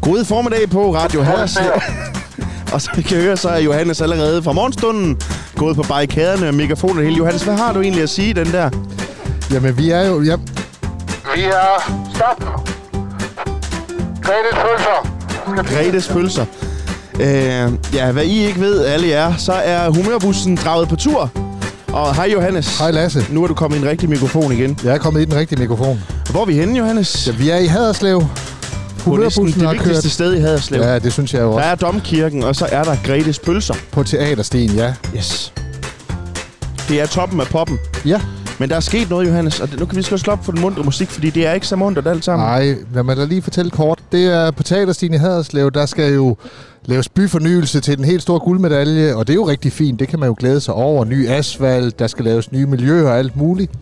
God formiddag på Radio Hallers. og så kan jeg høre, så er Johannes allerede fra morgenstunden gået på barrikaderne med mikrofon og det hele. Johannes, hvad har du egentlig at sige, den der? Jamen, vi er jo... Ja, Vi er... Stop! Gretes pølser. Gretes pølser. Øh, ja, hvad I ikke ved, alle jer, så er humørbussen draget på tur. Og hej Johannes. hej Lasse. Nu er du kommet i en rigtig mikrofon igen. Jeg er kommet i den rigtige mikrofon. Hvor er vi henne, Johannes? Ja, vi er i Haderslev. på næsten Humørbussen det har kørt. vigtigste sted i Haderslev. Ja. Ja, det synes jeg jo Der også. er domkirken, og så er der Gretes pølser. På Teatersten, ja. Yes. Det er toppen af poppen. Ja. Men der er sket noget, Johannes, og det- nu kan vi skal slå op for den mundre musik, fordi det er ikke så mundret alt sammen. Nej, lad mig da lige fortælle kort. Det er på Teaterstien i Haderslev, der skal jo laves byfornyelse til den helt store guldmedalje, og det er jo rigtig fint. Det kan man jo glæde sig over. Ny asfalt, der skal laves nye miljøer og alt muligt.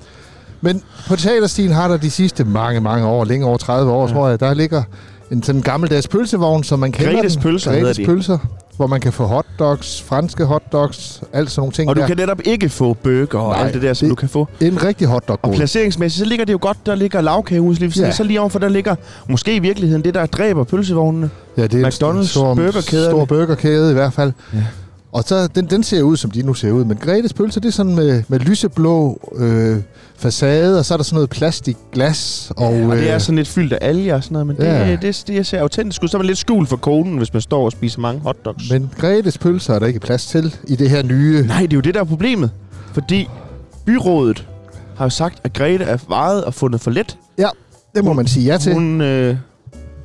Men på Teaterstien har der de sidste mange, mange år, længe over 30 år, ja. tror jeg, der ligger en sådan gammeldags pølsevogn, som man kender Gretes den. Pølser hedder Gretes de. pølser, hvor man kan få hotdogs, franske hotdogs, alt sådan nogle ting og du der. kan netop ikke få bøger og Nej, alt det der, som det- du kan få. En rigtig hotdog Og placeringsmæssigt, så ligger det jo godt, der ligger lavkagehuset lige ved siden, Ja. og så lige overfor, der ligger måske i virkeligheden det, der dræber pølsevognene. Ja, det er en McDonald's stor, burgerkæderne. stor burgerkæde i hvert fald. Ja. Ja. Og så, den, den ser ud, som de nu ser ud. Men Gretes pølser, det er sådan med, med lyseblå øh, facade, og så er der sådan noget plastikglas. Og, Og det er altså- øh, sådan lidt fyldt af alger og sådan noget, men Ja. det, det, det, ser autentisk ud. Så er man lidt skjult for konen, hvis man står og spiser mange hotdogs. Men Gretes pølser er der ikke plads til i det her nye... Nej, det er jo det, der er problemet. Fordi byrådet har jo sagt, at Grete er vejet og fundet for let. Det må man sige ja til. Hun, øh,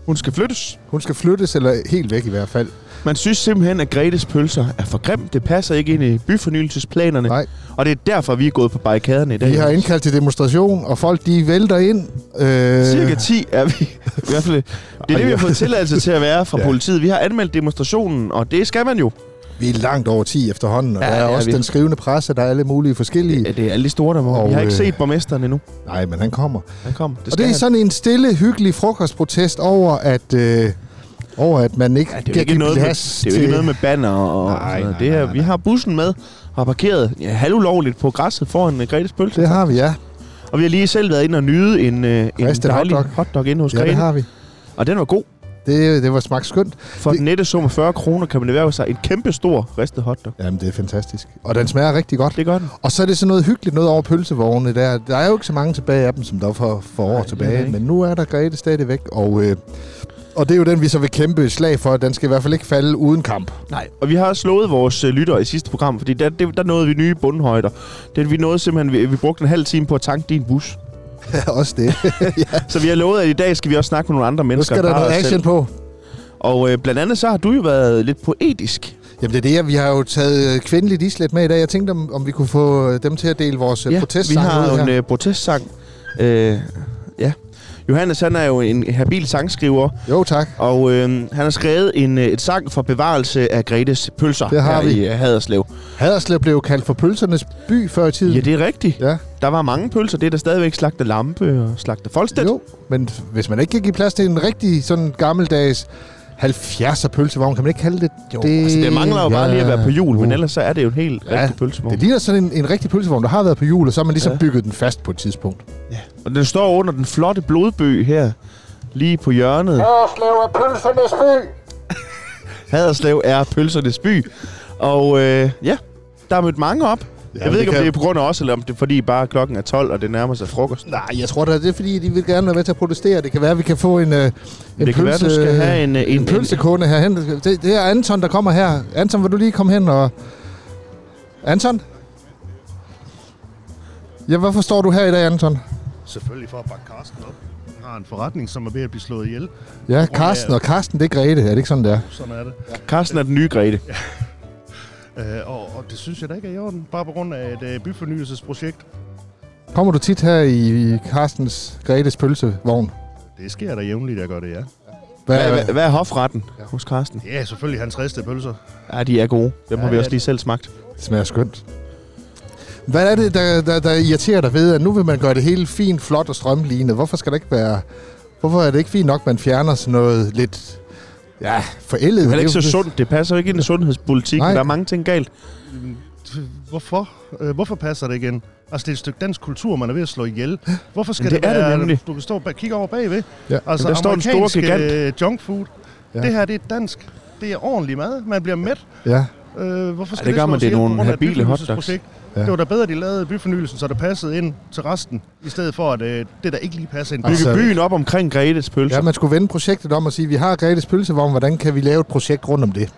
hun skal flyttes. Hun skal flyttes, eller helt væk i hvert fald. Man synes simpelthen, at Gretes pølser er for grim. Det passer ikke ind i byfornyelsesplanerne. Nej. Og det er derfor, vi er gået på barrikaderne i dag. Vi har indkaldt til demonstration, og folk de vælter ind. Øh, Cirka 10 er vi. I hvert fald, det er det, vi har fået tilladelse til at være fra Ja. politiet. Vi har anmeldt demonstrationen, og det skal man jo. Vi er langt over 10 efterhånden, og Ja, ja, der er det er også vi. den skrivende presse, der er alle mulige forskellige. Ja, det er alle de store, der må. Og, Vi har ikke øh, set borgmesteren endnu. Nej, men han kommer. Han kom. Og det er sådan en stille, hyggelig frokostprotest over, at, øh, over, at man ikke Ja, det er jo ikke, noget med, det er jo ikke noget med banner og Nej, nej, sådan noget. nej, Det nej, her, nej, Vi har bussen med og har parkeret ja, halvulovligt på græsset foran uh, Gretes Pølse. Det har vi, ja. Og vi har lige selv været inde og nyde en, uh, en Ristet dejlig hotdog. hotdog. hotdog inde hos Ja, det Grete. har vi. Og den var god. Det, det var smagt skønt. For Vi- den nette sum af 40 kroner kan man erhverve sig en kæmpe stor ristet hotdog. Jamen, det er fantastisk. Og den smager rigtig godt. Det gør den. Og så er det sådan noget hyggeligt noget over pølsevognene der. Der er jo ikke så mange tilbage af dem, som der var for, for år Nej, Nej, det er der tilbage. ikke. Men nu er der Grete stadigvæk. Og, øh, og det er jo den, vi så vil kæmpe et slag for. Den skal i hvert fald ikke falde uden kamp. Nej. Og vi har slået vores uh, lytter i sidste program, fordi der, det, der nåede vi nye bundhøjder. Det, vi nåede simpelthen, vi, vi brugte en halv time på at tanke din bus. Også det. Så vi har lovet, at i dag skal vi også snakke med nogle andre Nu mennesker. skal der end bare noget os selv. action på. Og øh, blandt andet så har du jo været lidt poetisk. Jamen det er det, at vi har jo taget øh, kvindeligt islet med i dag. Jeg tænkte, om, om vi kunne få øh, dem til at dele vores ja, vi protestsang har ud jo en her. øh, protestsang. Øh, ja. Johannes, han er jo en habil sangskriver, Jo tak. og øh, han har skrevet en, øh, et sang for bevarelse af Gretes pølser Det har her vi. i øh, Haderslev. Haderslev blev jo kaldt for pølsernes by før i tiden. Ja, det er rigtigt. ja. Der var mange pølser. Det er der stadigvæk slagte lampe og slagte folstedt. Jo, men hvis man ikke kan give plads til en rigtig sådan gammeldags 70'er pølsevogn, kan man ikke kalde det Jo, det, altså, det mangler jo bare lige at være på jul, men Uh. ellers så er det jo en helt ja, Ja, rigtig pølsevogn. Det ligner sådan en, en rigtig pølsevogn, der har været på jul, og så har man ligesom Ja. ja. bygget den fast på et tidspunkt. Og den står under den flotte blodbøg her, lige på hjørnet. Haderslev er pølsernes by. Haderslev er pølsernes by. Og øh, ja, der er mødt mange op. Ja, jeg ved det ikke, om kan- det er på grund af os, eller om det er fordi bare klokken er 12, og det nærmer sig frokost. Nej, jeg tror da, det er fordi, de vil gerne være med til at protestere. Det kan være, at vi kan få en, øh, en Men det kan være, du skal have en, øh, en, en pølsekunde herhen. Det, det er Anton, der kommer her. Anton, vil du lige komme hen og... Anton? Ja, hvorfor står du her i dag, Anton? Selvfølgelig for at bakke Karsten op. Han har en forretning, som er ved at blive slået ihjel. Ja, Karsten, og Karsten, det er Grete. Er det ikke sådan, der? Sådan er det. en- Karsten er den nye Grete. Øh, og, og det synes jeg da ikke er i orden. Bare på grund af et øh, byfornyelsesprojekt. Kommer du tit her i Karstens, Gretes pølsevogn? Det sker der jævnligt, jeg gør det, ja. Hvad, Hvad, hvad, hvad er hofretten hos Karsten? Ja, selvfølgelig hans ristede pølser. Ja, de er gode. Dem har Ja, vi ja, også det- lige selv smagt. Det smager skønt. Hvad er det, der, der, der irriterer dig ved, at nu vil man gøre det hele fint, flot og strømlignet? Hvorfor skal det ikke være... Hvorfor er det ikke fint nok, at man fjerner sådan noget lidt... Ja, forældet. Det er ikke så Det- sundt. Det passer jo ikke ind i sundhedspolitikken. Nej. Der er mange ting galt. Hvorfor? Øh, hvorfor passer det igen? Altså, det er et stykke dansk kultur, man er ved at slå ihjel. Hvorfor skal Men det, det er det være, nemlig. du kan stå og kigge over bagved? Ja. Altså, Jamen, der står en stor amerikansk, gigant. øh, junk food. Ja. Ja. Det her, det er dansk. Det er ordentlig mad. Man bliver mæt. Ja. Øh, hvorfor skal det gør slås man, det er ihjel på nogle grund af et habile byfornyelsesprojekt? Ja. Det var da bedre, de lavede byfornyelsen, så det passede ind til resten, i stedet for, at øh, det der ikke lige passer ind. Bygge Altså- byen op omkring Gretes pølser. ja, man skulle vende projektet om og sige, vi har Gretes Pølsevogn, hvordan kan vi lave et projekt rundt om det?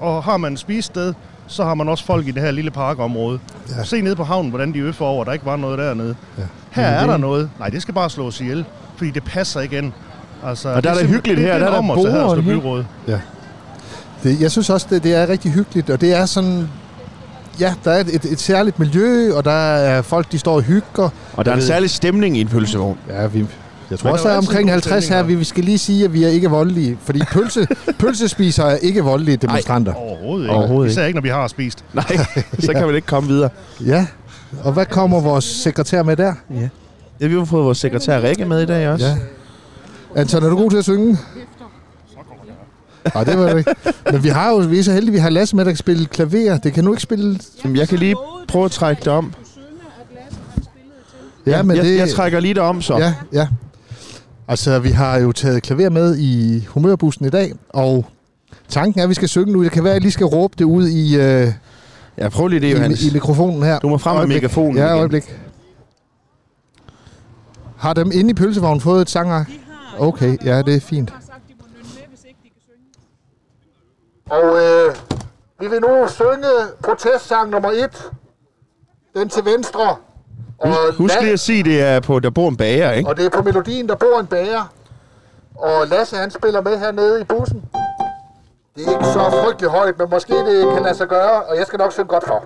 Og har man et spisested, så har man også folk i det her lille parkområde. Ja. Ja. Se nede på havnen, hvordan de øffer over, der ikke var noget dernede. Ja. Ja. Her er det- der noget. Nej, det skal bare slås ihjel, fordi det passer ikke ind. Altså, der er da simpel- hyggeligt det, her, det der er der en ommer til borde Haderslev og det hele. byråd. det jeg synes også, det, det er rigtig hyggeligt, og det er sådan... Ja, der er et, et, et særligt miljø, og der er folk, de står og hygger. Og der er en Jeg ved- særlig stemning i en pølsevogn. Ja, vi... Jeg tror Men også, der der er er jo altid omkring gode 50 her. stemninger. Vi, vi skal lige sige, at vi er ikke voldelige. Fordi pølse, pølsespisere er ikke voldelige demonstranter. Overhovedet, Overhovedet ikke. Især ikke, når vi har spist. Nej, så kan man ikke komme videre. Ja. Og hvad kommer vores sekretær med der? Ja, vi har fået vores sekretær Rikke med i dag også. Ja. Anton, er du god til at synge? Nej, det var det ikke. Men vi, har jo, vi er så heldige, vi har Lasse med, der kan spille klaver. Det kan nu ikke spille... Jamen, jeg kan lige prøve at trække det om. Ja, men jeg, det... jeg trækker lige det om, så. Ja, ja. Altså, vi har jo taget klaver med i humørbussen i dag, og tanken er, at vi skal synge nu. Det kan være, at jeg lige skal råbe det ud i, øh, Ja, prøv lige det, Johannes. i, i mikrofonen her. Du må frem med Øjeblik. megafonen Ja, igen. øjeblik. Har dem inde i pølsevognen fået et sangark? Okay, ja, det er fint. Og øh, vi vil nu synge protestsang nummer 1. Den til venstre. Og, Husk La- lige at sige, det er på, der bor en bager, ikke? og det er på melodien, der bor en bager. Og Lasse, han spiller med hernede i bussen. Det er ikke så frygtelig højt, men måske det kan lade sig gøre, og jeg skal nok synge godt for.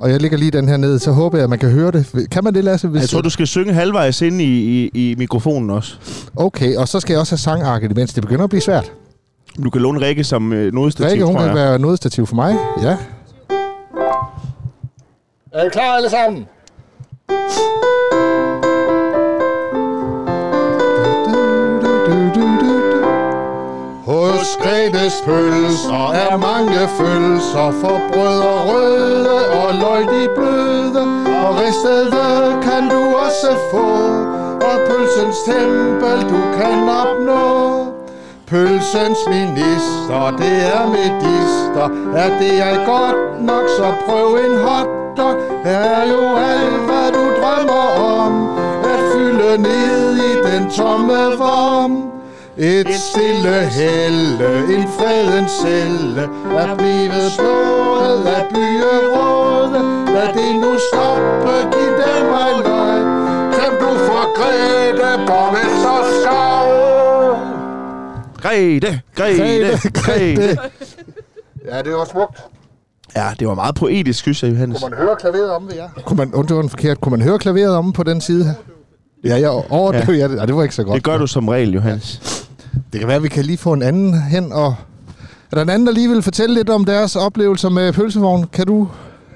Og jeg lægger lige den her ned, så håber jeg, at man kan høre det. Kan man det, Lasse? Hvis Jeg tror, du skal synge halvvejs ind i, i, i mikrofonen også. Okay, og så skal jeg også have sangarket imens. Det begynder at blive svært. Du kan låne Rikke som øh, nodestativ, Rikke, hun tror jeg. kan være nødstativ for mig. Ja. Er I klar alle sammen? Hos Gretes pølser er mange følelser For brød og røde og løg de bløde Og ristede kan du også få Og pølsens tempel du kan opnå Pølsens minister, det er medister Er det jeg godt nok, så prøv en hotdog Her er jo alt, hvad du drømmer om At fylde ned i den tomme vorm et stille helle, en fredens celle, er blevet slået af byerådet. Lad det nu stoppe, giv dem mig løg. Kan du få Grete, borgmester Skov? Grete, Grete, Grete. Ja, det var smukt. Ja, det var meget poetisk, synes jeg, Johannes. Man hører klaveret om ved jer. Kunne man, undgå den forkert, kunne man høre klaveret om på den side her? Ja, jeg overdøv, ja. det. Ej, det var ikke så godt. Det gør du som regel, Johannes. det kan være, at vi kan lige få en anden hen og... Er der en anden, der lige vil fortælle lidt om deres oplevelser med pølsevognen? Kan du...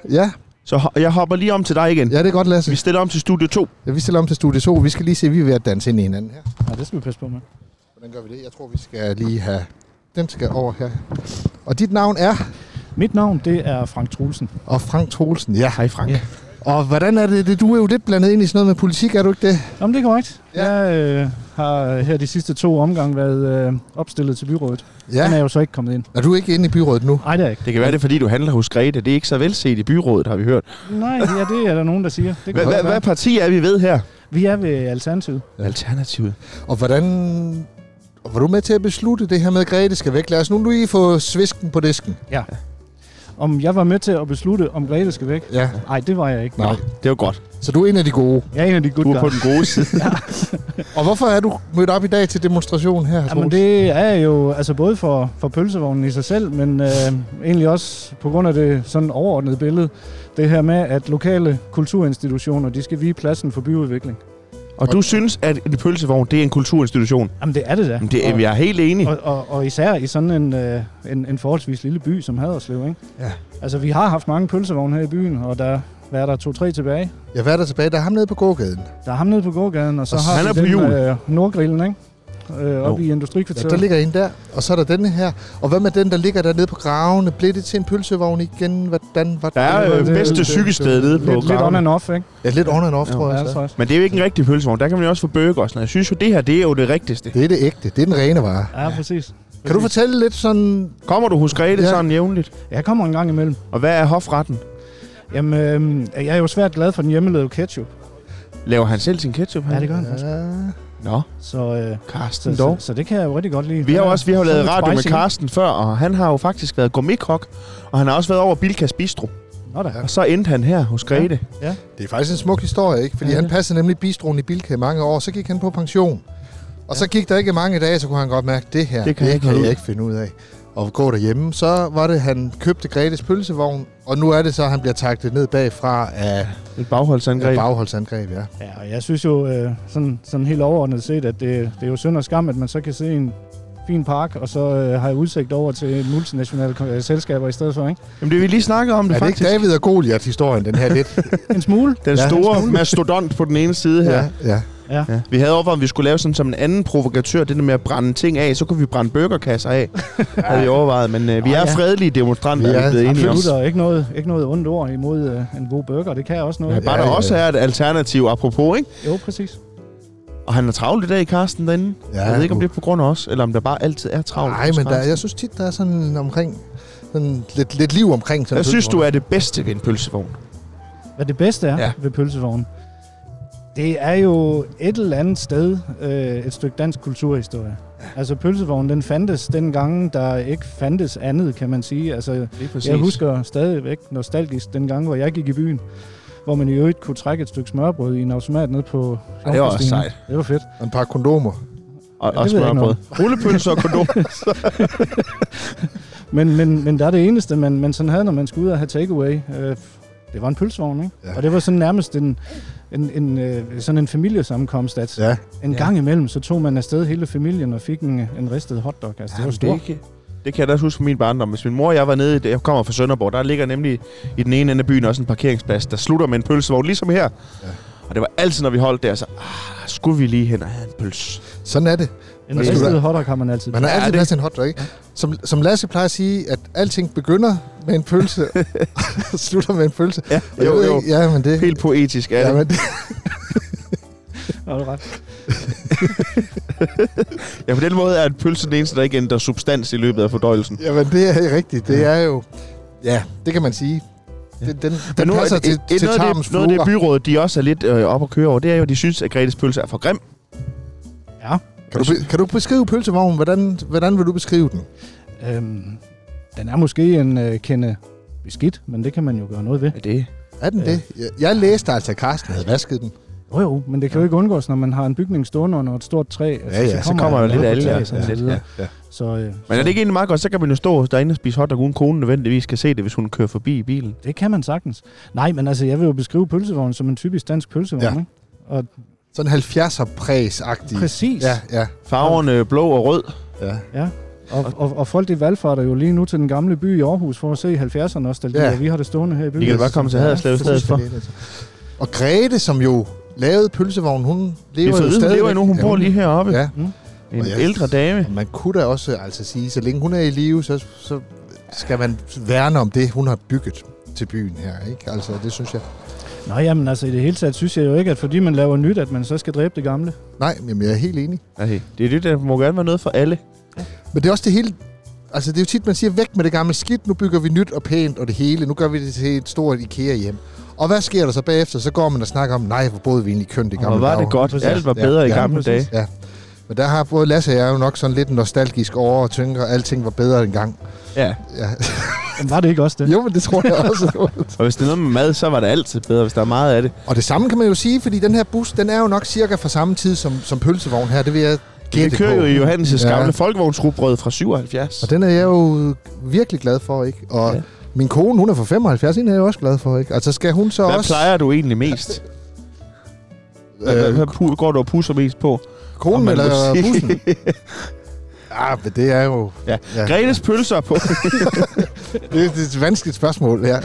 Ja, Så ho- jeg hopper lige om til dig igen. ja det er godt, Lasse. Vi stiller om til studie 2. Ja, vi stiller om til studie 2. Vi skal lige se, at vi er ved at danse ind i hinanden her. Ja, det skal vi passe på med. Hvordan gør vi det? Jeg tror, vi skal lige have... Den skal over her. Og dit navn er? Mit navn, det er Frank Trulsen. Og Frank Troelsen. Ja, hej Frank. Ja. Og hvordan er det, det? Du er jo lidt blandet ind i sådan noget med politik, er du ikke det? Jamen, det er korrekt. Ja. Ja. Jeg øh, har her de sidste to omgange været øh, opstillet til byrådet. Ja. Den er jeg jo så ikke kommet ind. Er du ikke inde i byrådet nu? Nej, det er jeg ikke. Det kan være, det er, fordi du handler hos Grete. Det er ikke så velset i byrådet, har vi hørt. Nej, ja, det er der nogen, der siger. Det kan Hva- godt hva- være. Hvad parti er vi ved her? Vi er ved Alternativet. Alternativet. Og hvordan... og Var du med til at beslutte det her med, at Grete skal væk? Lad os nu lige få svisken på disken. Om jeg var med til at beslutte, om Grete skal væk? Ja. Nej, det var jeg ikke. Nej. Det var godt. Så du er en af de gode. Jeg er en af de Du good er på guys. den gode side. Og hvorfor er du mødt op i dag til demonstration her, Troels? Jamen, det er jo altså både for, for pølsevognen i sig selv, men øh, egentlig også på grund af det sådan overordnede billede. Det her med, at lokale kulturinstitutioner, de skal vige pladsen for byudvikling. Og du synes, at en pølsevogn, det er en kulturinstitution. Jamen, det er det da. Jamen, det er, Og- jeg er helt enig. Og, og, og især i sådan en, øh, en, en forholdsvis lille by som Haderslev, ikke? Ja. Altså, vi har haft mange pølsevogne her i byen, og der hvad er der to-tre tilbage. Jeg var der tilbage, der er ham nede på gågaden. Der er ham nede på gågaden, og så Og har Altså, han vi er på den, hjul. Øh, Nordgrillen, ikke? øh, oppe i Ja, Industrikvarteret. der ligger en der, og så er der denne her. Og hvad med den, der ligger dernede på gravene? Blev det til en pølsevogn igen? Hvordan var Der er det? øh, det- bedste det- cykelsted nede på lidt, lidt on Graven. and off, ikke? Ja, lidt on and off, Ja. tror jeg. Ja, Altså. tror jeg. Men det er jo ikke en rigtig pølsevogn. Der kan man jo også få burger og sådan noget. Jeg synes jo, det her, det er jo det rigtigste. Det er det ægte. Det er den rene vare. ja, præcis. Kan du fortælle lidt sådan... Kommer du hos Grete Ja. ja. sådan jævnligt? Jeg kommer en gang imellem. Og hvad er hofretten? Jamen, øh, jeg er jo svært glad for den hjemmelavede ketchup. Laver han selv sin ketchup? han? Ja, det gør han faktisk. Ja, Nå, Så, øh, Karsten så, så, dog. så, det kan jeg jo rigtig godt lide. Vi har jo også vi har jo Sådan lavet lidt radio med spicy, ikke? Karsten før, og han har jo faktisk været gourmetkok, og han har også været over Bilkas Bistro. Nå da. Og så endte han her hos Grete. det er faktisk en smuk historie, ikke? Fordi Ja, ja, han det. passede nemlig bistroen i Bilka i mange år, så gik han på pension. Og så gik der ikke mange dage, så kunne han godt mærke, det her, Det kan det kan, jeg det ikke kan holde ud. jeg ikke finde ud af. Og gå derhjemme, så var det, han købte Gretes pølsevogn, og nu er det så, at han bliver taklet ned bagfra af, Et af bagholdsangreb. bagholdsangreb, ja. Ja, og jeg synes jo øh, sådan, sådan helt overordnet set, at det, det er jo synd og skam, at man så kan se en fin park, og så øh, har jeg udsigt over til multinationale ko- øh, selskaber i stedet for, ikke? Jamen det vi lige snakkede om det, Er det faktisk. ikke David og Goliath-historien, den her lidt? En smule. Den Ja. store mastodont på den ene side her. ja, ja. Ja. Vi havde overvejet, om vi skulle lave sådan som en anden provokatør, det der med at brænde ting af, så kunne vi brænde burgerkasser af, havde vi overvejet. Men øh, vi Nå, er ja. fredelige demonstranter, Vi er vi er blevet enige om. Absolut, og ikke noget, ikke noget ondt ord imod øh, en god burger. Det kan jeg også noget. Bare Ja, der ja, også ja. er et alternativ, apropos, ikke? Jo, præcis. Og han er travlt i dag, Karsten, derinde. Ja, jeg ved ikke, om nu- det er på grund af os, eller om der bare altid er travlt. Nej, hos men der, Carsten. jeg synes tit, der er sådan omkring... Sådan lidt, lidt liv omkring. sådan Hvad en synes du pølsevogn. er det bedste ved en pølsevogn? Hvad det bedste er Ja. ja. ved pølsevognen, det er jo et eller andet sted øh, et stykke dansk kulturhistorie. Altså pølsevognen, den fandtes dengang, der ikke fandtes andet, kan man sige. Altså Lige præcis. Jeg husker stadigvæk nostalgisk den gang, hvor jeg gik i byen, hvor man i øvrigt kunne trække et stykke smørbrød i en automat ned på Ja, det var også Jomfrustenen. sejt. Det var fedt. Og Et par kondomer. Og, Ja, og det ved jeg ikke smørbrød. Rullepølser og kondom. Men, men, men der er det eneste, man, man sådan havde, når man skulle ud og have takeaway. Øh, det var en pølsevogn, ikke? Ja. Ja. Og det var sådan nærmest en, en, en, øh, sådan en familiesammenkomst, at ja. Ja. en gang imellem, så tog man afsted hele familien og fik en, en ristet hotdog. Altså, det var stort. Det, det kan jeg da også huske fra min barndom. Hvis min mor og jeg var nede, i- jeg kommer fra Sønderborg, der ligger nemlig i den ene ende af byen også en parkeringsplads, der slutter med en pølsevogn, ligesom her. Ja. Og det var altid, når vi holdt der, så ah, skulle vi lige hen og have en pølse. Sådan er det. En Hvad skal ristet der- hotdog har man altid. Man har Ja, altid det- plads til en hotdog, ikke? Som, som Lasse plejer at sige, at alting begynder med en pølse, og slutter med en pølse. Ja, Og jo, det er jo. ikke- Ja, men det... Helt poetisk er Ja, det. men det, Ja, det er ret. Ja, på den måde er en pølse den eneste, der ikke ændrer substans i løbet af fordøjelsen. jamen, det er rigtigt. Det er jo... Ja, det kan man sige. Det, den, den nu, passer et- til, et- til noget, af tarmens det, noget af det flora. byråd, de også er lidt øh, op at køre over, det er jo, at de synes, at Gretes pølse er for grim. Ja. Kan du, be- kan du beskrive pølsevognen? Hvordan, hvordan vil du beskrive den? Øhm, den er måske en øh, kende beskidt, men det kan man jo gøre noget ved. Er det? Er den det? Jeg, jeg læste altså, at Carsten havde vasket den. Jo jo, men det kan jo ikke undgås, når man har en bygning stående under et stort træ. altså, Ja, ja, så kommer der lidt alger, ja, altså, lidt, ja. ja. Så øh, Men er det ikke egentlig meget godt, så kan man jo stå derinde og spise hotdog, uden konen nødvendigvis kan se det, hvis hun kører forbi i bilen. det kan man sagtens. Nej, men altså, jeg vil jo beskrive pølsevognen som en typisk dansk pølsevogn, Ja. ja. ikke? Og Sådan 70'er-præs-agtig. præcis. Ja, ja, Farverne øh, blå og rød. ja. Og, og, og folk, de valgfarter jo lige nu til den gamle by i Aarhus for at se 70'er nostalgi, Ja. ja. og vi har det stående her i byen. De kan bare komme til Haderslev i stedet for. altså. Og Grete, som jo lavede pølsevognen, hun Det lever er jo fede, stadig. hun lever endnu. Hun bor lige heroppe. Ja, En Og jeg- ældre dame. man kunne da også altså sige, så længe hun er i live, så, så skal man værne om det, hun har bygget til byen her, ikke? Altså, det synes jeg. Nå jamen, altså i det hele taget synes jeg jo ikke, at fordi man laver nyt, at man så skal dræbe det gamle. Nej, jamen, jeg er helt enig. Okay. Det er det, der må gerne være noget for alle. Men det er også det hele... Altså, det er jo tit, man siger, væk med det gamle skidt, nu bygger vi nyt og pænt og det hele. Nu gør vi det til et stort IKEA-hjem. Og hvad sker der så bagefter? Så går man og snakker om, nej, hvor boede vi egentlig kønt i Og hvor gamle var dage. det godt. Præcis. Alt var Ja, bedre i ja, gamle præcis. dage. Ja. Men der har både Lasse og jeg jo nok sådan lidt nostalgisk over og tænker, at alting var bedre engang. Ja. Ja. Men var det ikke også det? jo, men det tror jeg også. Og hvis det er noget med mad, så var det altid bedre, hvis der er meget af det. og det samme kan man jo sige, fordi den her bus, den er jo nok cirka fra samme tid som, som pølsevogn her. Det vil jeg gætte Det kører jo på. i Johannes' Ja. gamle folkevognsrugbrød fra 77. Og den er jeg jo virkelig glad for, ikke? Og Ja. ja. min kone, hun er fra 75, hende er jeg jo også glad for, ikke? Altså skal hun så Hvad også... plejer du egentlig mest? Hvad, hvad, Øh, hvad pu- går du og pusser mest på? om konen man eller må sige? bussen? Ja, men det er jo... Ja. Ja. Gretes pølser på. Det, det er et vanskeligt spørgsmål, ja.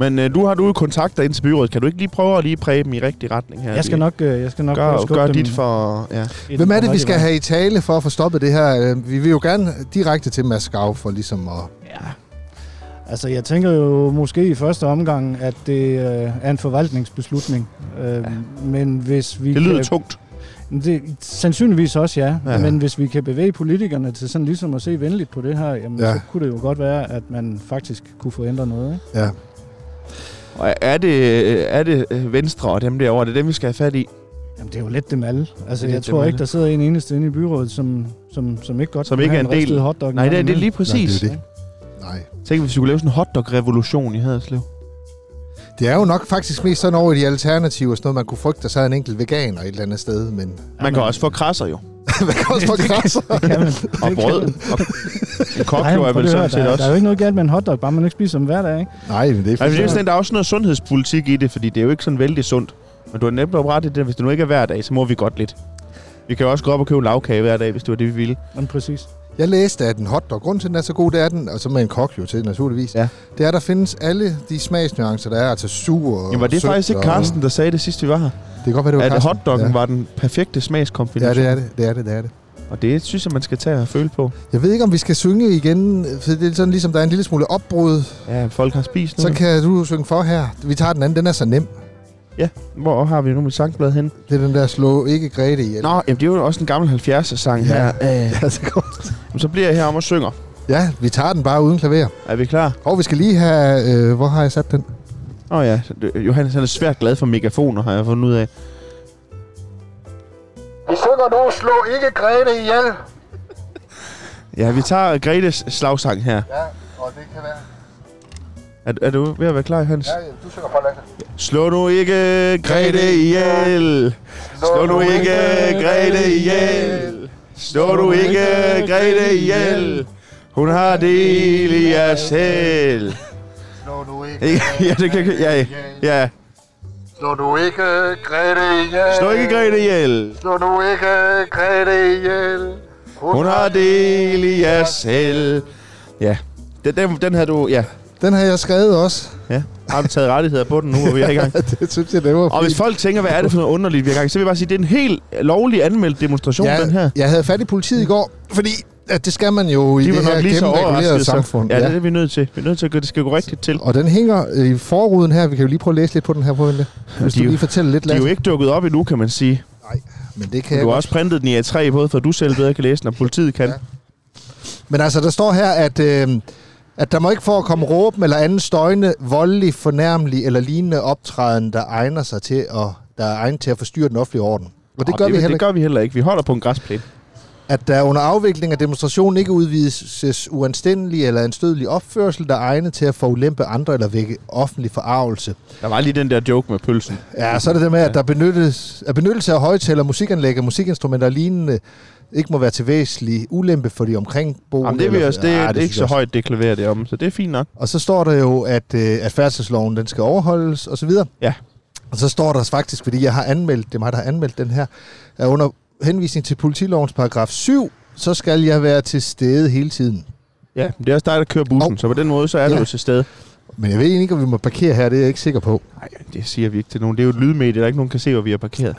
Men øh, nu har du jo kontakter ind til byrådet. Kan du ikke lige prøve at lige præge dem i rigtig retning her? Jeg skal Lige nok, øh, jeg skal nok prøve at Gør, skubbe gør dem dit for... Ja. i den Hvem er det, vi rigtige skal vej. have i tale for at få stoppet det her? Øh, Vi vil jo gerne direkte til Mads Gav for ligesom at... Ja. Altså, jeg tænker jo måske i første omgang, at det øh, er en forvaltningsbeslutning. Øh, ja. Men hvis vi Det lyder kan, tungt. Det, sandsynligvis også, ja. Ja. ja. Men hvis vi kan bevæge politikerne til sådan ligesom at se venligt på det her, jamen, Ja. ja. så kunne det jo godt være, at man faktisk kunne få ændret noget. Ikke? Ja. Og er det, er det øh, Venstre og dem derovre? Det er dem, vi skal have fat i. Jamen, det er jo lidt dem alle. Altså, Det er jeg lidt dem tror ikke, alle. der sidder en eneste inde i byrådet, som, som, som ikke godt Som kunne ikke have er en del- ristet hotdog. Nej, det er det er engang lige præcis. Nej, Nej, det er det. Nej. Tænk, hvis vi kunne lave sådan en hotdog-revolution i Haderslev. Det er jo nok faktisk mest sådan over i de alternativer, sådan noget, man kunne frygte, der sad en enkelt veganer et eller andet sted, men Man kan også få krasser jo. man kan også få krasser. imellem. Jamen, Og brød. Og en kok nej, jo men er prøv vel lige sådan at høre, set der, der er jo også. ikke noget galt med en hotdog, bare man ikke spiser dem hver dag. Ikke? Nej, men det Nej, er for det er fuldstændig- sådan, der er også noget sundhedspolitik i det, fordi det er jo ikke sådan vældig sundt. Men du har nemt ret i det, hvis det nu ikke er hver dag, så må vi godt lidt. Vi kan jo også gå op og købe lavkage hver dag, hvis det var det, vi ville. Men præcis. Jeg læste, at en hotdog, grund til, at den er så god, det er den, og så med en kok jo til, naturligvis, Ja. det er, at der findes alle de smagsnuancer, der er, altså sur og Jamen, var det sødt faktisk ikke og- Carsten, der sagde det sidste, vi var her? Det kan godt være, det var At Carsten. hotdoggen ja. var den perfekte Ja, smagskombination. det er det, det er det, det er det. Og det synes jeg, man skal tage og føle på. Jeg ved ikke, om vi skal synge igen, for det er sådan ligesom, der er en lille smule opbrud. Ja, folk har spist nu. Så kan du synge for her. Vi tager den anden, den er så nem. Hvor har vi nu mit sangblad hen? Det er den der slå ikke Grete ihjel. Nå, jamen, det er jo også en gammel 70'er-sang Ja. her. Øh, Ja, så godt. jamen, så bliver jeg herom og synger. ja, vi tager den bare uden klaver. Er vi klar? Og vi skal lige have... Øh, hvor har jeg sat den? Åh oh, ja, det- Johannes han er svært glad for megafoner, har jeg fundet ud af. Vi synger nu, slå ikke Grete ihjel. Ja, vi tager Gretes slagsang her. Ja, og det kan være. Er, er du ved at være klar, Johannes? Ja, ja, du synger for langt. Slå nu ikke Grete ihjel. Slå nu ikke Grete ihjel. Slå nu ikke Grete ihjel. Hun har del i jer selv. Slå nu ikke. Ikke? Ja, det kan... Ja, ja. Slå nu ikke Grete ihjel. Slå ikke Grete ihjel. Slå nu ikke Grete ihjel. Hun har del i jer selv. Ja, den, den, den havde du... Ja. Den har jeg skrevet også. ja. Har du taget rettigheder på den nu, hvor vi er i gang? det synes jeg, det var Og hvis folk tænker, hvad er det for noget underligt, vi er i gang, så vil jeg bare sige, at det er en helt lovlig anmeldt demonstration, jeg, den her. Jeg havde fat i politiet i går, fordi at det skal man jo i De det var her nok lige så gennemregulerede overraskede. Så. samfund. Ja, det er det, vi er nødt til. Vi er nødt til at gøre, det skal gå rigtigt til. Og den hænger øh, i forruden her. Vi kan jo lige prøve at læse lidt på den her, prøv at Hvis de du er jo- lige fortæller lidt, De er jo Lasse. ikke dukket op endnu, kan man sige. Men det kan Du jeg har godt. også printet den i A3, både for at du selv bedre kan læse den, og politiet kan. Ja. Men altså, der står her, at, øh, at der må ikke forekomme råben eller anden støjende, voldelig, fornærmelig eller lignende optræden, der egner sig til at, der er egnet til at forstyrre den offentlige orden. Og det Og gør vi heller det ikke. gør vi heller ikke. Vi holder på en græsplæne. At der under afvikling af demonstrationen ikke udvises uanstændig eller anstødelig opførsel, der er egnet til at forulempe andre eller vække offentlig forarvelse. Der var lige den der joke med pølsen. Ja, så er det det med, at der benyttes, at benyttelse af højtaler, musikanlæg og musikinstrumenter og lignende ikke må være til væsentlig ulempe for de omkringboende. Jamen, det er, vi eller- også, det, Ah, ja, det er synes ikke jeg så også. højt, det klaver det om, så det er fint nok. Og så står der jo, at, øh, at færdselsloven den skal overholdes osv. Ja. Og så står der faktisk, fordi jeg har anmeldt, det er mig, der har anmeldt den her, at under henvisning til politilovens paragraf 7, så skal jeg være til stede hele tiden. Ja, det er også dig, der kører bussen, Hov. så på den måde, så er du Ja. jo til stede. Men jeg ved egentlig ikke, om vi må parkere her, det er jeg ikke sikker på. Nej, det siger vi ikke til nogen. Det er jo et lydmedie, der er ikke nogen, der kan se, hvor vi er parkeret.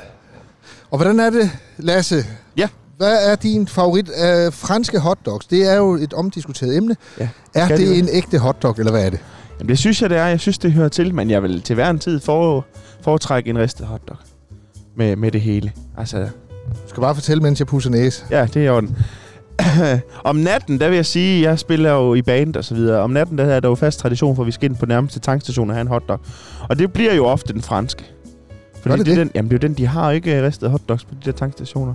Og hvordan er det, Lasse? Ja. Hvad er din favorit af franske hotdogs? Det er jo et omdiskuteret emne. Ja. Er Skal det, det en ægte hotdog, eller hvad er det? Jamen, det synes jeg, det er. Jeg synes, det hører til, men jeg vil til hver en tid for, foretrække en ristet hotdog med, med det hele. Altså, Du skal bare fortælle, mens jeg pusser næse. ja, det er i orden. Om natten, der vil jeg sige, jeg spiller jo i band og så videre. Om natten, der er der jo fast tradition for, at vi skal ind på nærmeste tankstation og have en hotdog. Og det bliver jo ofte den franske. Fordi Gør det det, er det? Den, jamen, det er jo den, de har jo ikke øh, ristede hotdogs på de der tankstationer.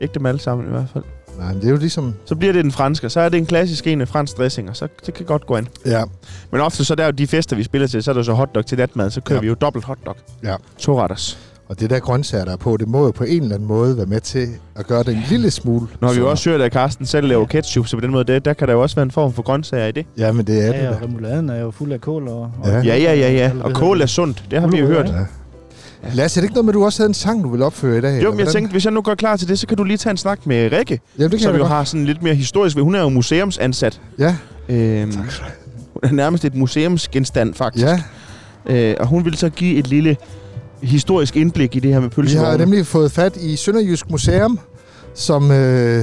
Ikke dem alle sammen i hvert fald. Nej, men det er jo ligesom... Så bliver det den franske, og så er det en klassisk en af fransk dressing, og så det kan godt gå an. Ja. Men ofte så der er jo de fester, vi spiller til, så er der jo så hotdog til natmad, så kører Ja. ja. vi jo dobbelt hotdog. Ja. To retters. Og det der grøntsager, der er på, det må jo på en eller anden måde være med til at gøre det en lille smule. Nu har vi jo sundere. også hørt, at Carsten selv laver ketchup, så på den måde, der, der kan der jo også være en form for grøntsager i det. Ja, men det er det. Ja, da. og remouladen er jo fuld af kål. Og, og Ja. Ja, ja, ja, ja. Eller Og det kål hedder- er sundt, det har vi jo Gulerod, hørt. ikke? Lasse, er det ikke noget med, at du også havde en sang, du ville opføre i dag? Jo, eller men jeg hvordan? tænkte, hvis jeg nu går klar til det, så kan du lige tage en snak med Rikke, Jamen, det kan som jeg jo jo har sådan lidt mere historisk, hun er jo museumsansat. Ja, Øhm, hun er nærmest et museumsgenstand, faktisk. ja. Øh, og hun ville så give et lille historisk indblik i det her med Vi pølsevogne. har nemlig fået fat i Sønderjysk Museum, som, øh,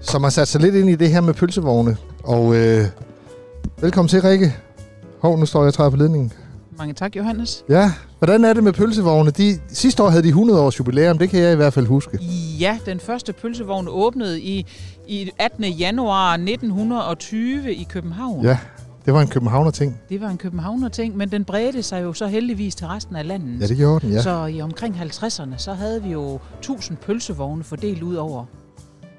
som har sat sig lidt ind i det her med pølsevogne. Og øh, velkommen til, Rikke. Hov, nu står jeg og træder på ledningen. Mange tak, Johannes. Ja, hvordan er det med pølsevogne? De, sidste år havde de 100 års jubilæum, det kan jeg i hvert fald huske. Ja, den første pølsevogn åbnede i, i 18. januar 1920 i København. Ja, det var en københavner ting. Det var en københavner ting, men den bredte sig jo så heldigvis til resten af landet. Ja, det gjorde den, ja. Så i omkring 50'erne, så havde vi jo 1000 pølsevogne fordelt ud over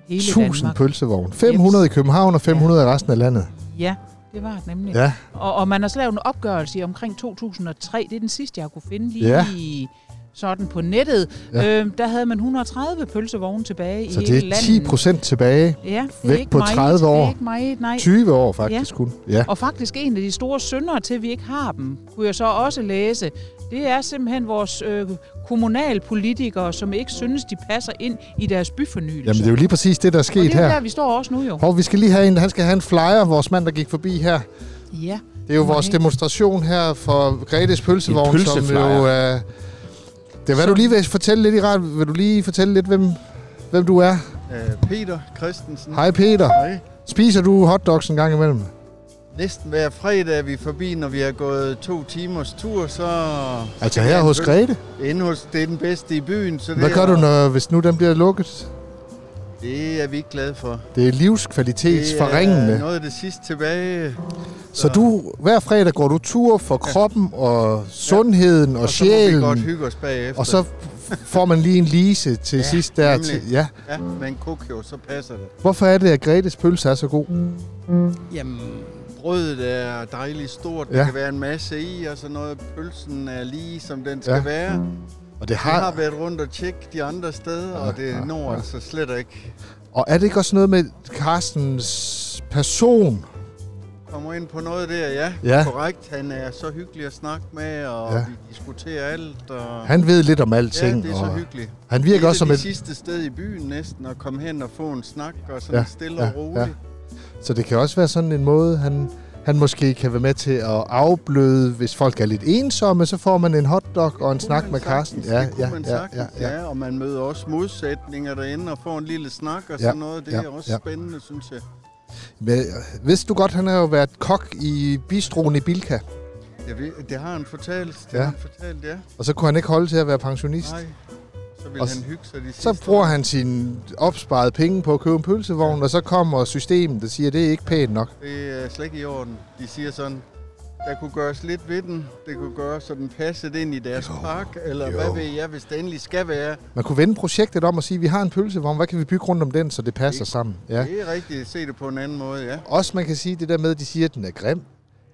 hele 1000 Danmark. pølsevogne. 500 i København og 500 i resten af landet. ja, det var det nemlig. Ja, Og, og man har så lavet en opgørelse i omkring 2003. Det er den sidste, jeg kunne finde lige Ja. i, sådan på nettet. Ja. Ja. Øhm, der havde man 130 pølsevogne tilbage så i hele det er landet. 10 procent tilbage. ja, det er væk ikke på meget. 30 Det år. er ikke meget, nej. 20 år faktisk kun. Ja. Og faktisk en af de store syndere til, at vi ikke har dem, kunne jeg så også læse, det er simpelthen vores øh, kommunalpolitikere, som ikke synes, de passer ind i deres byfornyelse. Jamen, det er jo lige præcis det, der er og sket det er jo her. der, vi står også nu jo. Hov, vi skal lige have en, han skal have en flyer, vores mand, der gik forbi her. Ja, Det er jo Okay. vores demonstration her for Gretes En pølsevogn, som pølseflyer. jo... Øh, det var Så- du lige vil fortælle lidt i ret. Vil du lige fortælle lidt, hvem, hvem du er? Øh, Peter Christensen. Hej Peter. Hej. Spiser du hotdogs en gang imellem? Næsten hver fredag er vi forbi, når vi har gået to timers tur, så... Altså her hos Grete. Inde hos, det er den bedste i byen, så Hvad det gør er, du, når, hvis nu den bliver lukket? Det er vi ikke glade for. Det er Det er øh, livskvalitetsforringende. noget af det sidste tilbage. Så du, hver fredag går du tur for kroppen og sundheden og, og så må vi godt sjælen. hygge os bagefter. Og så f- får man lige en lise til ja, sidst der. nemlig. Til, ja. Ja, med en kokjo, så passer det. Hvorfor er det, at Gretes pølse er så god? Mm. Jamen, brødet er dejligt stort. Ja. Ja. Der kan være en masse i, og så noget. Pølsen er lige, som den skal Ja. ja. være. Og, det Jeg har har, Ah, været rundt og tjekke de andre steder, og det når altså slet ikke. og er det ikke også noget med Carstens person? Kommer ind på noget der, ja. Ja. Korrekt. Han er så hyggelig at snakke med, og Ja. ja. vi diskuterer alt. Og... Han ved lidt om alting. Ja, det er så og hyggeligt. han virker også som det et... et... sidste sted i byen næsten, at komme hen og få en snak, og sådan Ja, ja. stille ja, og roligt. Så det kan også være sådan en måde, han, han måske kan være med til at afbløde, hvis folk er lidt ensomme, så får man en hotdog og en snak med Carsten. Ja, det kunne man sagtens, ja, ja, ja. og man møder også modsætninger derinde og får en lille snak og Ja, ja, sådan noget. Det ja, ja, er også ja. ja. spændende, synes jeg. Men, øh, vidste du godt, han har jo været kok i bistroen i Bilka, jeg ved, det har han fortalt. Det Ja. ja. har han fortalt, ja. og så kunne han ikke holde til at være pensionist. Nej. Så vil Og han s- hygge sig de Så sidste bruger år. han sine opsparede penge på at købe en pølsevogn, og så kommer systemet og siger, at det er ikke pænt nok. Det er slet ikke i orden. De siger sådan, der kunne gøres lidt ved den. Det kunne gøres, så den passede ind i deres jo. park. Eller jo. hvad ved jeg, hvis det endelig skal være. Man kunne vende projektet om og sige, at vi har en pølsevogn, hvad kan vi bygge rundt om den, så det passer Det- sammen? Ja. Ja. Det er rigtigt at se det på en anden måde, ja. Også man kan sige det der med, at de siger, at den er grim.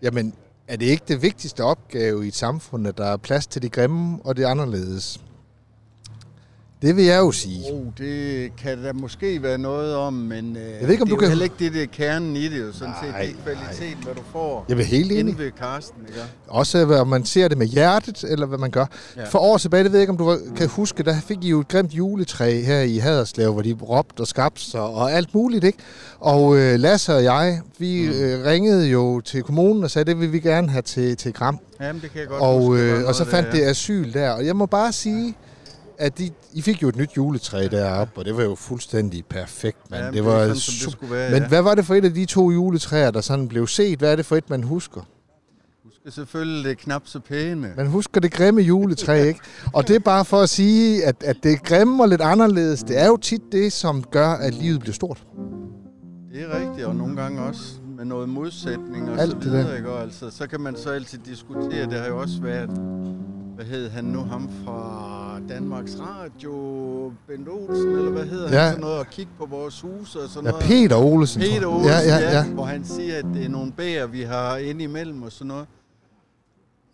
Jamen, er det ikke det vigtigste opgave i et samfund, at der er plads til det grimme og det anderledes? Det vil jeg jo sige. Oh, det kan der måske være noget om, men øh, jeg ved ikke, om det du er kan- jo heller ikke det, der er kernen i det, jo, sådan set. Nej, Det er kvalitet, hvad du får Jeg vil helt enig. inde ved Karsten, ikke? Også hvad- om man ser det med hjertet, eller hvad man gør. Ja. Ja. For år tilbage, det ved jeg ikke, om du var- kan huske, der fik I jo et grimt juletræ her i Haderslev, hvor de råbte og skabte sig og alt muligt, ikke? Og øh, Lasse og jeg, vi mm. øh, ringede jo til kommunen og sagde, det vil vi gerne have til, til Kram. Jamen, det kan jeg godt Og, huske, der var øh, og noget så der, fandt ja. det asyl der. Og jeg må bare sige, at de, I fik jo et nyt juletræ deroppe, og det var jo fuldstændig perfekt, mand. Jamen, det var er sådan, som super. det skulle være, Men ja. hvad var det for et af de to juletræer, der sådan blev set? Hvad er det for et, man husker? Husk, Selvfølgelig det er knap så pæne. Man husker det grimme juletræ, ikke? Og det er bare for at sige, at, at det grimme og lidt anderledes, det er jo tit det, som gør, at livet bliver stort. Det er rigtigt, og nogle gange også med noget modsætning og Alt så det videre, der. ikke? Og altså, så kan man så altid diskutere, det har jo også været, hvad hed han nu, ham fra Danmarks Radio, Bent Olsen, eller hvad hedder Ja. han, sådan noget, og kigge på vores huse og sådan Ja, noget. Peter Olesen. tror jeg. Peter Olsen, ja, ja, ja. hvor han siger, at det er nogle bæger, vi har inde imellem og sådan noget.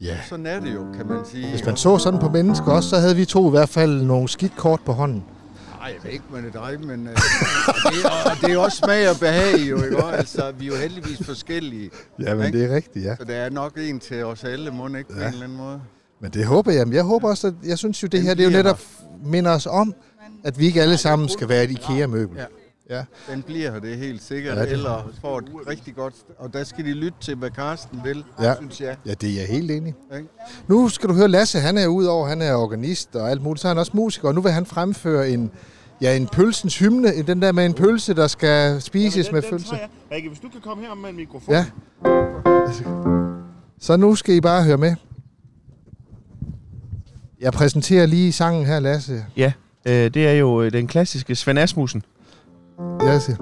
ja. Sådan er det jo, kan man sige. Hvis man så sådan på mennesker også, så havde vi to i hvert fald nogle skidt kort på hånden. Nej, jeg ved ikke, man er dig, men øh, og det, er, og det er også smag og behag jo, ikke? også? Altså, vi er jo heldigvis forskellige. Ja, men Ikke? det er rigtigt, ja. Så der er nok en til os alle, må den ikke på en eller anden måde. Men det håber jeg. Men jeg håber også, at jeg synes jo, det Den her det er jo bliver netop minder os om, at vi ikke alle sammen skal være et IKEA-møbel. Ja. Ja. Den bliver her, det er helt sikkert, Ja, ja, det- eller får et rigtig godt... st- Og der skal de lytte til, hvad Karsten vil, Ja. ja. synes jeg. Ja, det er jeg helt enig. Ikke? Nu skal du høre, Lasse, han er udover, han er organist og alt muligt, så er han også musiker, og nu vil han fremføre en, ja, en pølsens hymne, en- den der med en pølse, der skal spises med pølse. Rikke, hvis du kan komme herom med en mikrofon. Ja. Så nu skal I bare høre med. Jeg præsenterer lige sangen her, Lasse. ja. Øh, det er jo øh, den klassiske Svend Asmussen. Lasse.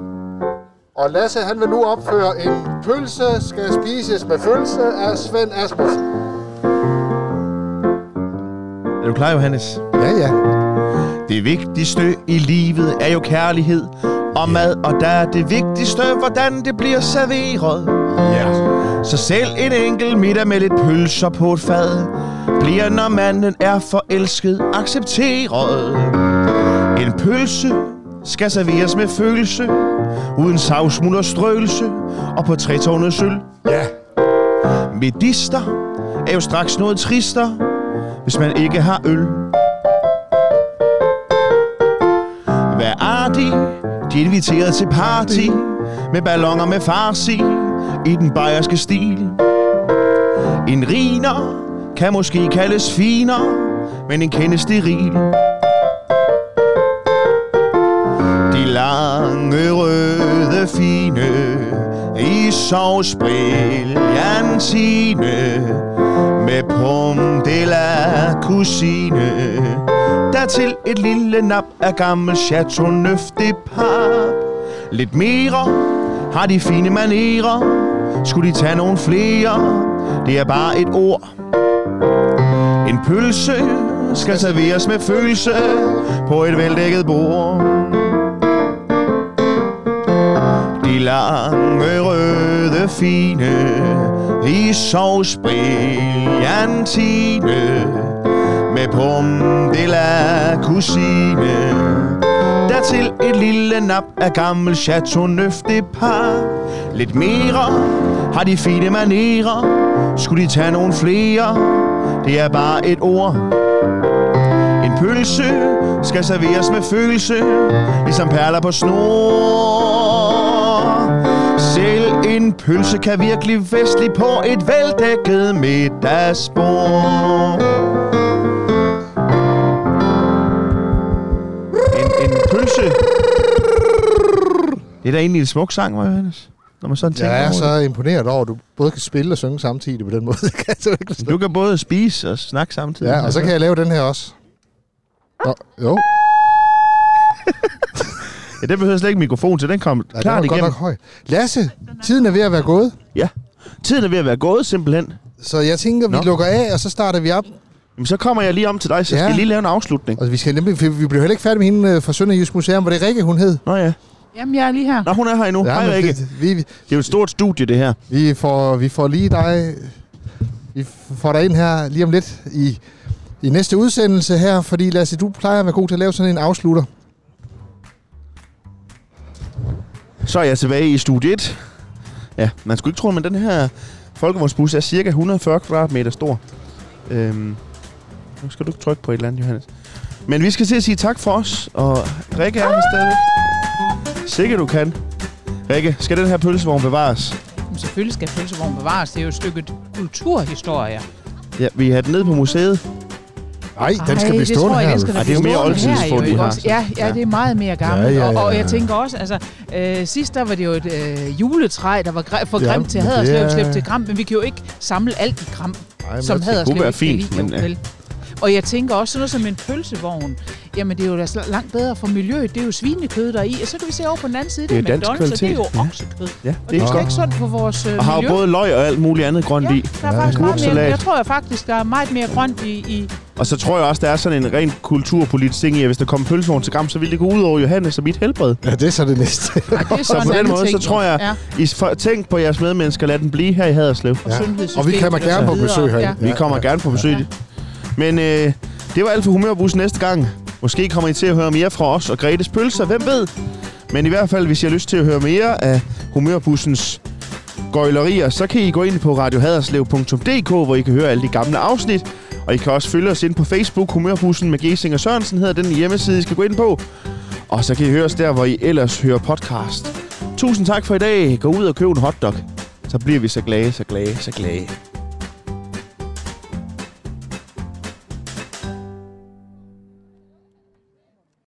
Og Lasse, han vil nu opføre en pølse skal spises med følelse af Svend Asmussen. Er du klar, Johannes? Ja, ja. Det vigtigste i livet er jo kærlighed og mad, og der er det vigtigste, hvordan det bliver serveret. Ja. Så selv en enkelt middag med lidt pølser på et fad, bliver, når manden er forelsket, accepteret. En pølse skal serveres med følelse, uden savsmuld og strøelse, og på tre tårnet sølv. Ja. Medister er jo straks noget trister, hvis man ikke har øl. Hvad er de? De er inviteret til party Med ballonger med farsi I den bayerske stil En riner kan måske kaldes finer Men en kende steril De lange røde fine I sovsbrillantine med pum de la kusine Dertil et lille nap af gammel Chateau Neuf de Pape Lidt mere har de fine manerer Skulle de tage nogle flere Det er bare et ord En pølse skal serveres med følelse På et veldækket bord de lange røde fine i sovsbrillantine med pum de la kusine. Dertil et lille nap af gammel Chateau Neuf de par. Lidt mere har de fine manerer. Skulle de tage nogle flere? Det er bare et ord. En pølse skal serveres med følelse, ligesom perler på snor. Selv en pølse kan virkelig festlig på et veldækket middagsbord. En, en pølse. Det er da egentlig en smuk sang, var Johannes? Når man sådan tænker Jeg er over det. så imponeret over, at du både kan spille og synge samtidig på den måde. Det kan du ikke forstå. Du kan både spise og snakke samtidig. Ja, og så kan jeg lave den her også. Nå, jo, ja, den behøver slet ikke mikrofon til, den kom ja, den var klart godt igennem. nok høj. Lasse, tiden er ved at være gået. Ja. Tiden er ved at være gået, simpelthen. Så jeg tænker, vi Nå. lukker af, og så starter vi op. Jamen, så kommer jeg lige om til dig, så Ja. ja. skal jeg lige lave en afslutning. Og vi, skal nemlig, vi bliver heller ikke færdige med hende øh, fra Sønderjysk Museum, hvor det er Rikke, hun hed. Nå ja. Jamen, jeg er lige her. Nå, hun er her endnu. Ja, men Hej, Rikke. Det det- Vi, vi, er jo et stort studie, det her. vi, får, vi får lige dig... Vi får dig ind her lige om lidt i, i næste udsendelse her, fordi Lasse, du plejer at være god til at lave sådan en afslutter. Så er jeg tilbage i studie 1. Ja, man skulle ikke tro, men den her folkevognsbus er cirka 140 kvadratmeter stor. Øhm, nu skal du ikke trykke på et eller andet, Johannes. Men vi skal til at sige tak for os, og Rikke er her stadigvæk. Sikkert du kan. Rikke, skal den her pølsevogn bevares? Jamen, selvfølgelig skal pølsevognen bevares. Det er jo et stykke kulturhistorie. Ja, vi har den nede på museet. Nej, den skal Ej, blive det tror stående jeg, her. den skal da Ej, det er blive jo mere stående her, oldtidsfund, jo, ikke I har, også? Ja, ja, Ja. det er meget mere gammelt. Ja, Ja, ja, ja, ja, Og, og ja. jeg tænker også, altså, øh, sidst der var det jo et øh, juletræ, der var gre- for Ja, grimt til men det Haderslev, er- slæbt til Gram, men vi kan jo ikke samle alt i Gram, Nej, som men, Haderslev altså, kunne være ikke kan fint, lide, men, jo, øh. vel? Og jeg tænker også sådan noget som en pølsevogn. Jamen, det er jo da sl- langt bedre for miljøet. Det er jo svinekød, der er i. Og så kan vi se over på den anden side, det Det er, er McDonald's, dansk og det er jo kvalitet. Ja. oksekød. Ja, Og det det er er jo godt. ikke sundt for vores øh, Og har jo miljø. både løg og alt muligt andet grønt i. Ja, der er faktisk Ja, meget mere, salat. jeg tror jeg faktisk, der er meget mere grønt i, i Og så tror jeg også, der er sådan en ren kulturpolitisk ting i, at hvis der kom pølsevogn til Gram, så ville det gå ud over Johannes og mit helbred. ja, det er så det næste. det er Så på sådan en den anden måde, ting, så tror jeg- Ja. I for, tænk på jeres medmennesker, lad den blive her i Haderslev. og Ja. sundhedssystemet Og vi kommer så gerne på videre. besøg her. Vi kommer gerne på besøg. Men øh, det var alt for Humørbus næste gang. Måske kommer I til at høre mere fra os og Gretes pølser, hvem ved? Men i hvert fald, hvis I har lyst til at høre mere af Humørbussens gøjlerier, så kan I gå ind på radiohaderslev.dk, hvor I kan høre alle de gamle afsnit. Og I kan også følge os ind på Facebook, Humørbussen med Gesing og Sørensen hedder den hjemmeside, I skal gå ind på. Og så kan I høre os der, hvor I ellers hører podcast. Tusind tak for i dag. Gå ud og køb en hotdog. Så bliver vi så glade, så glade, så glade.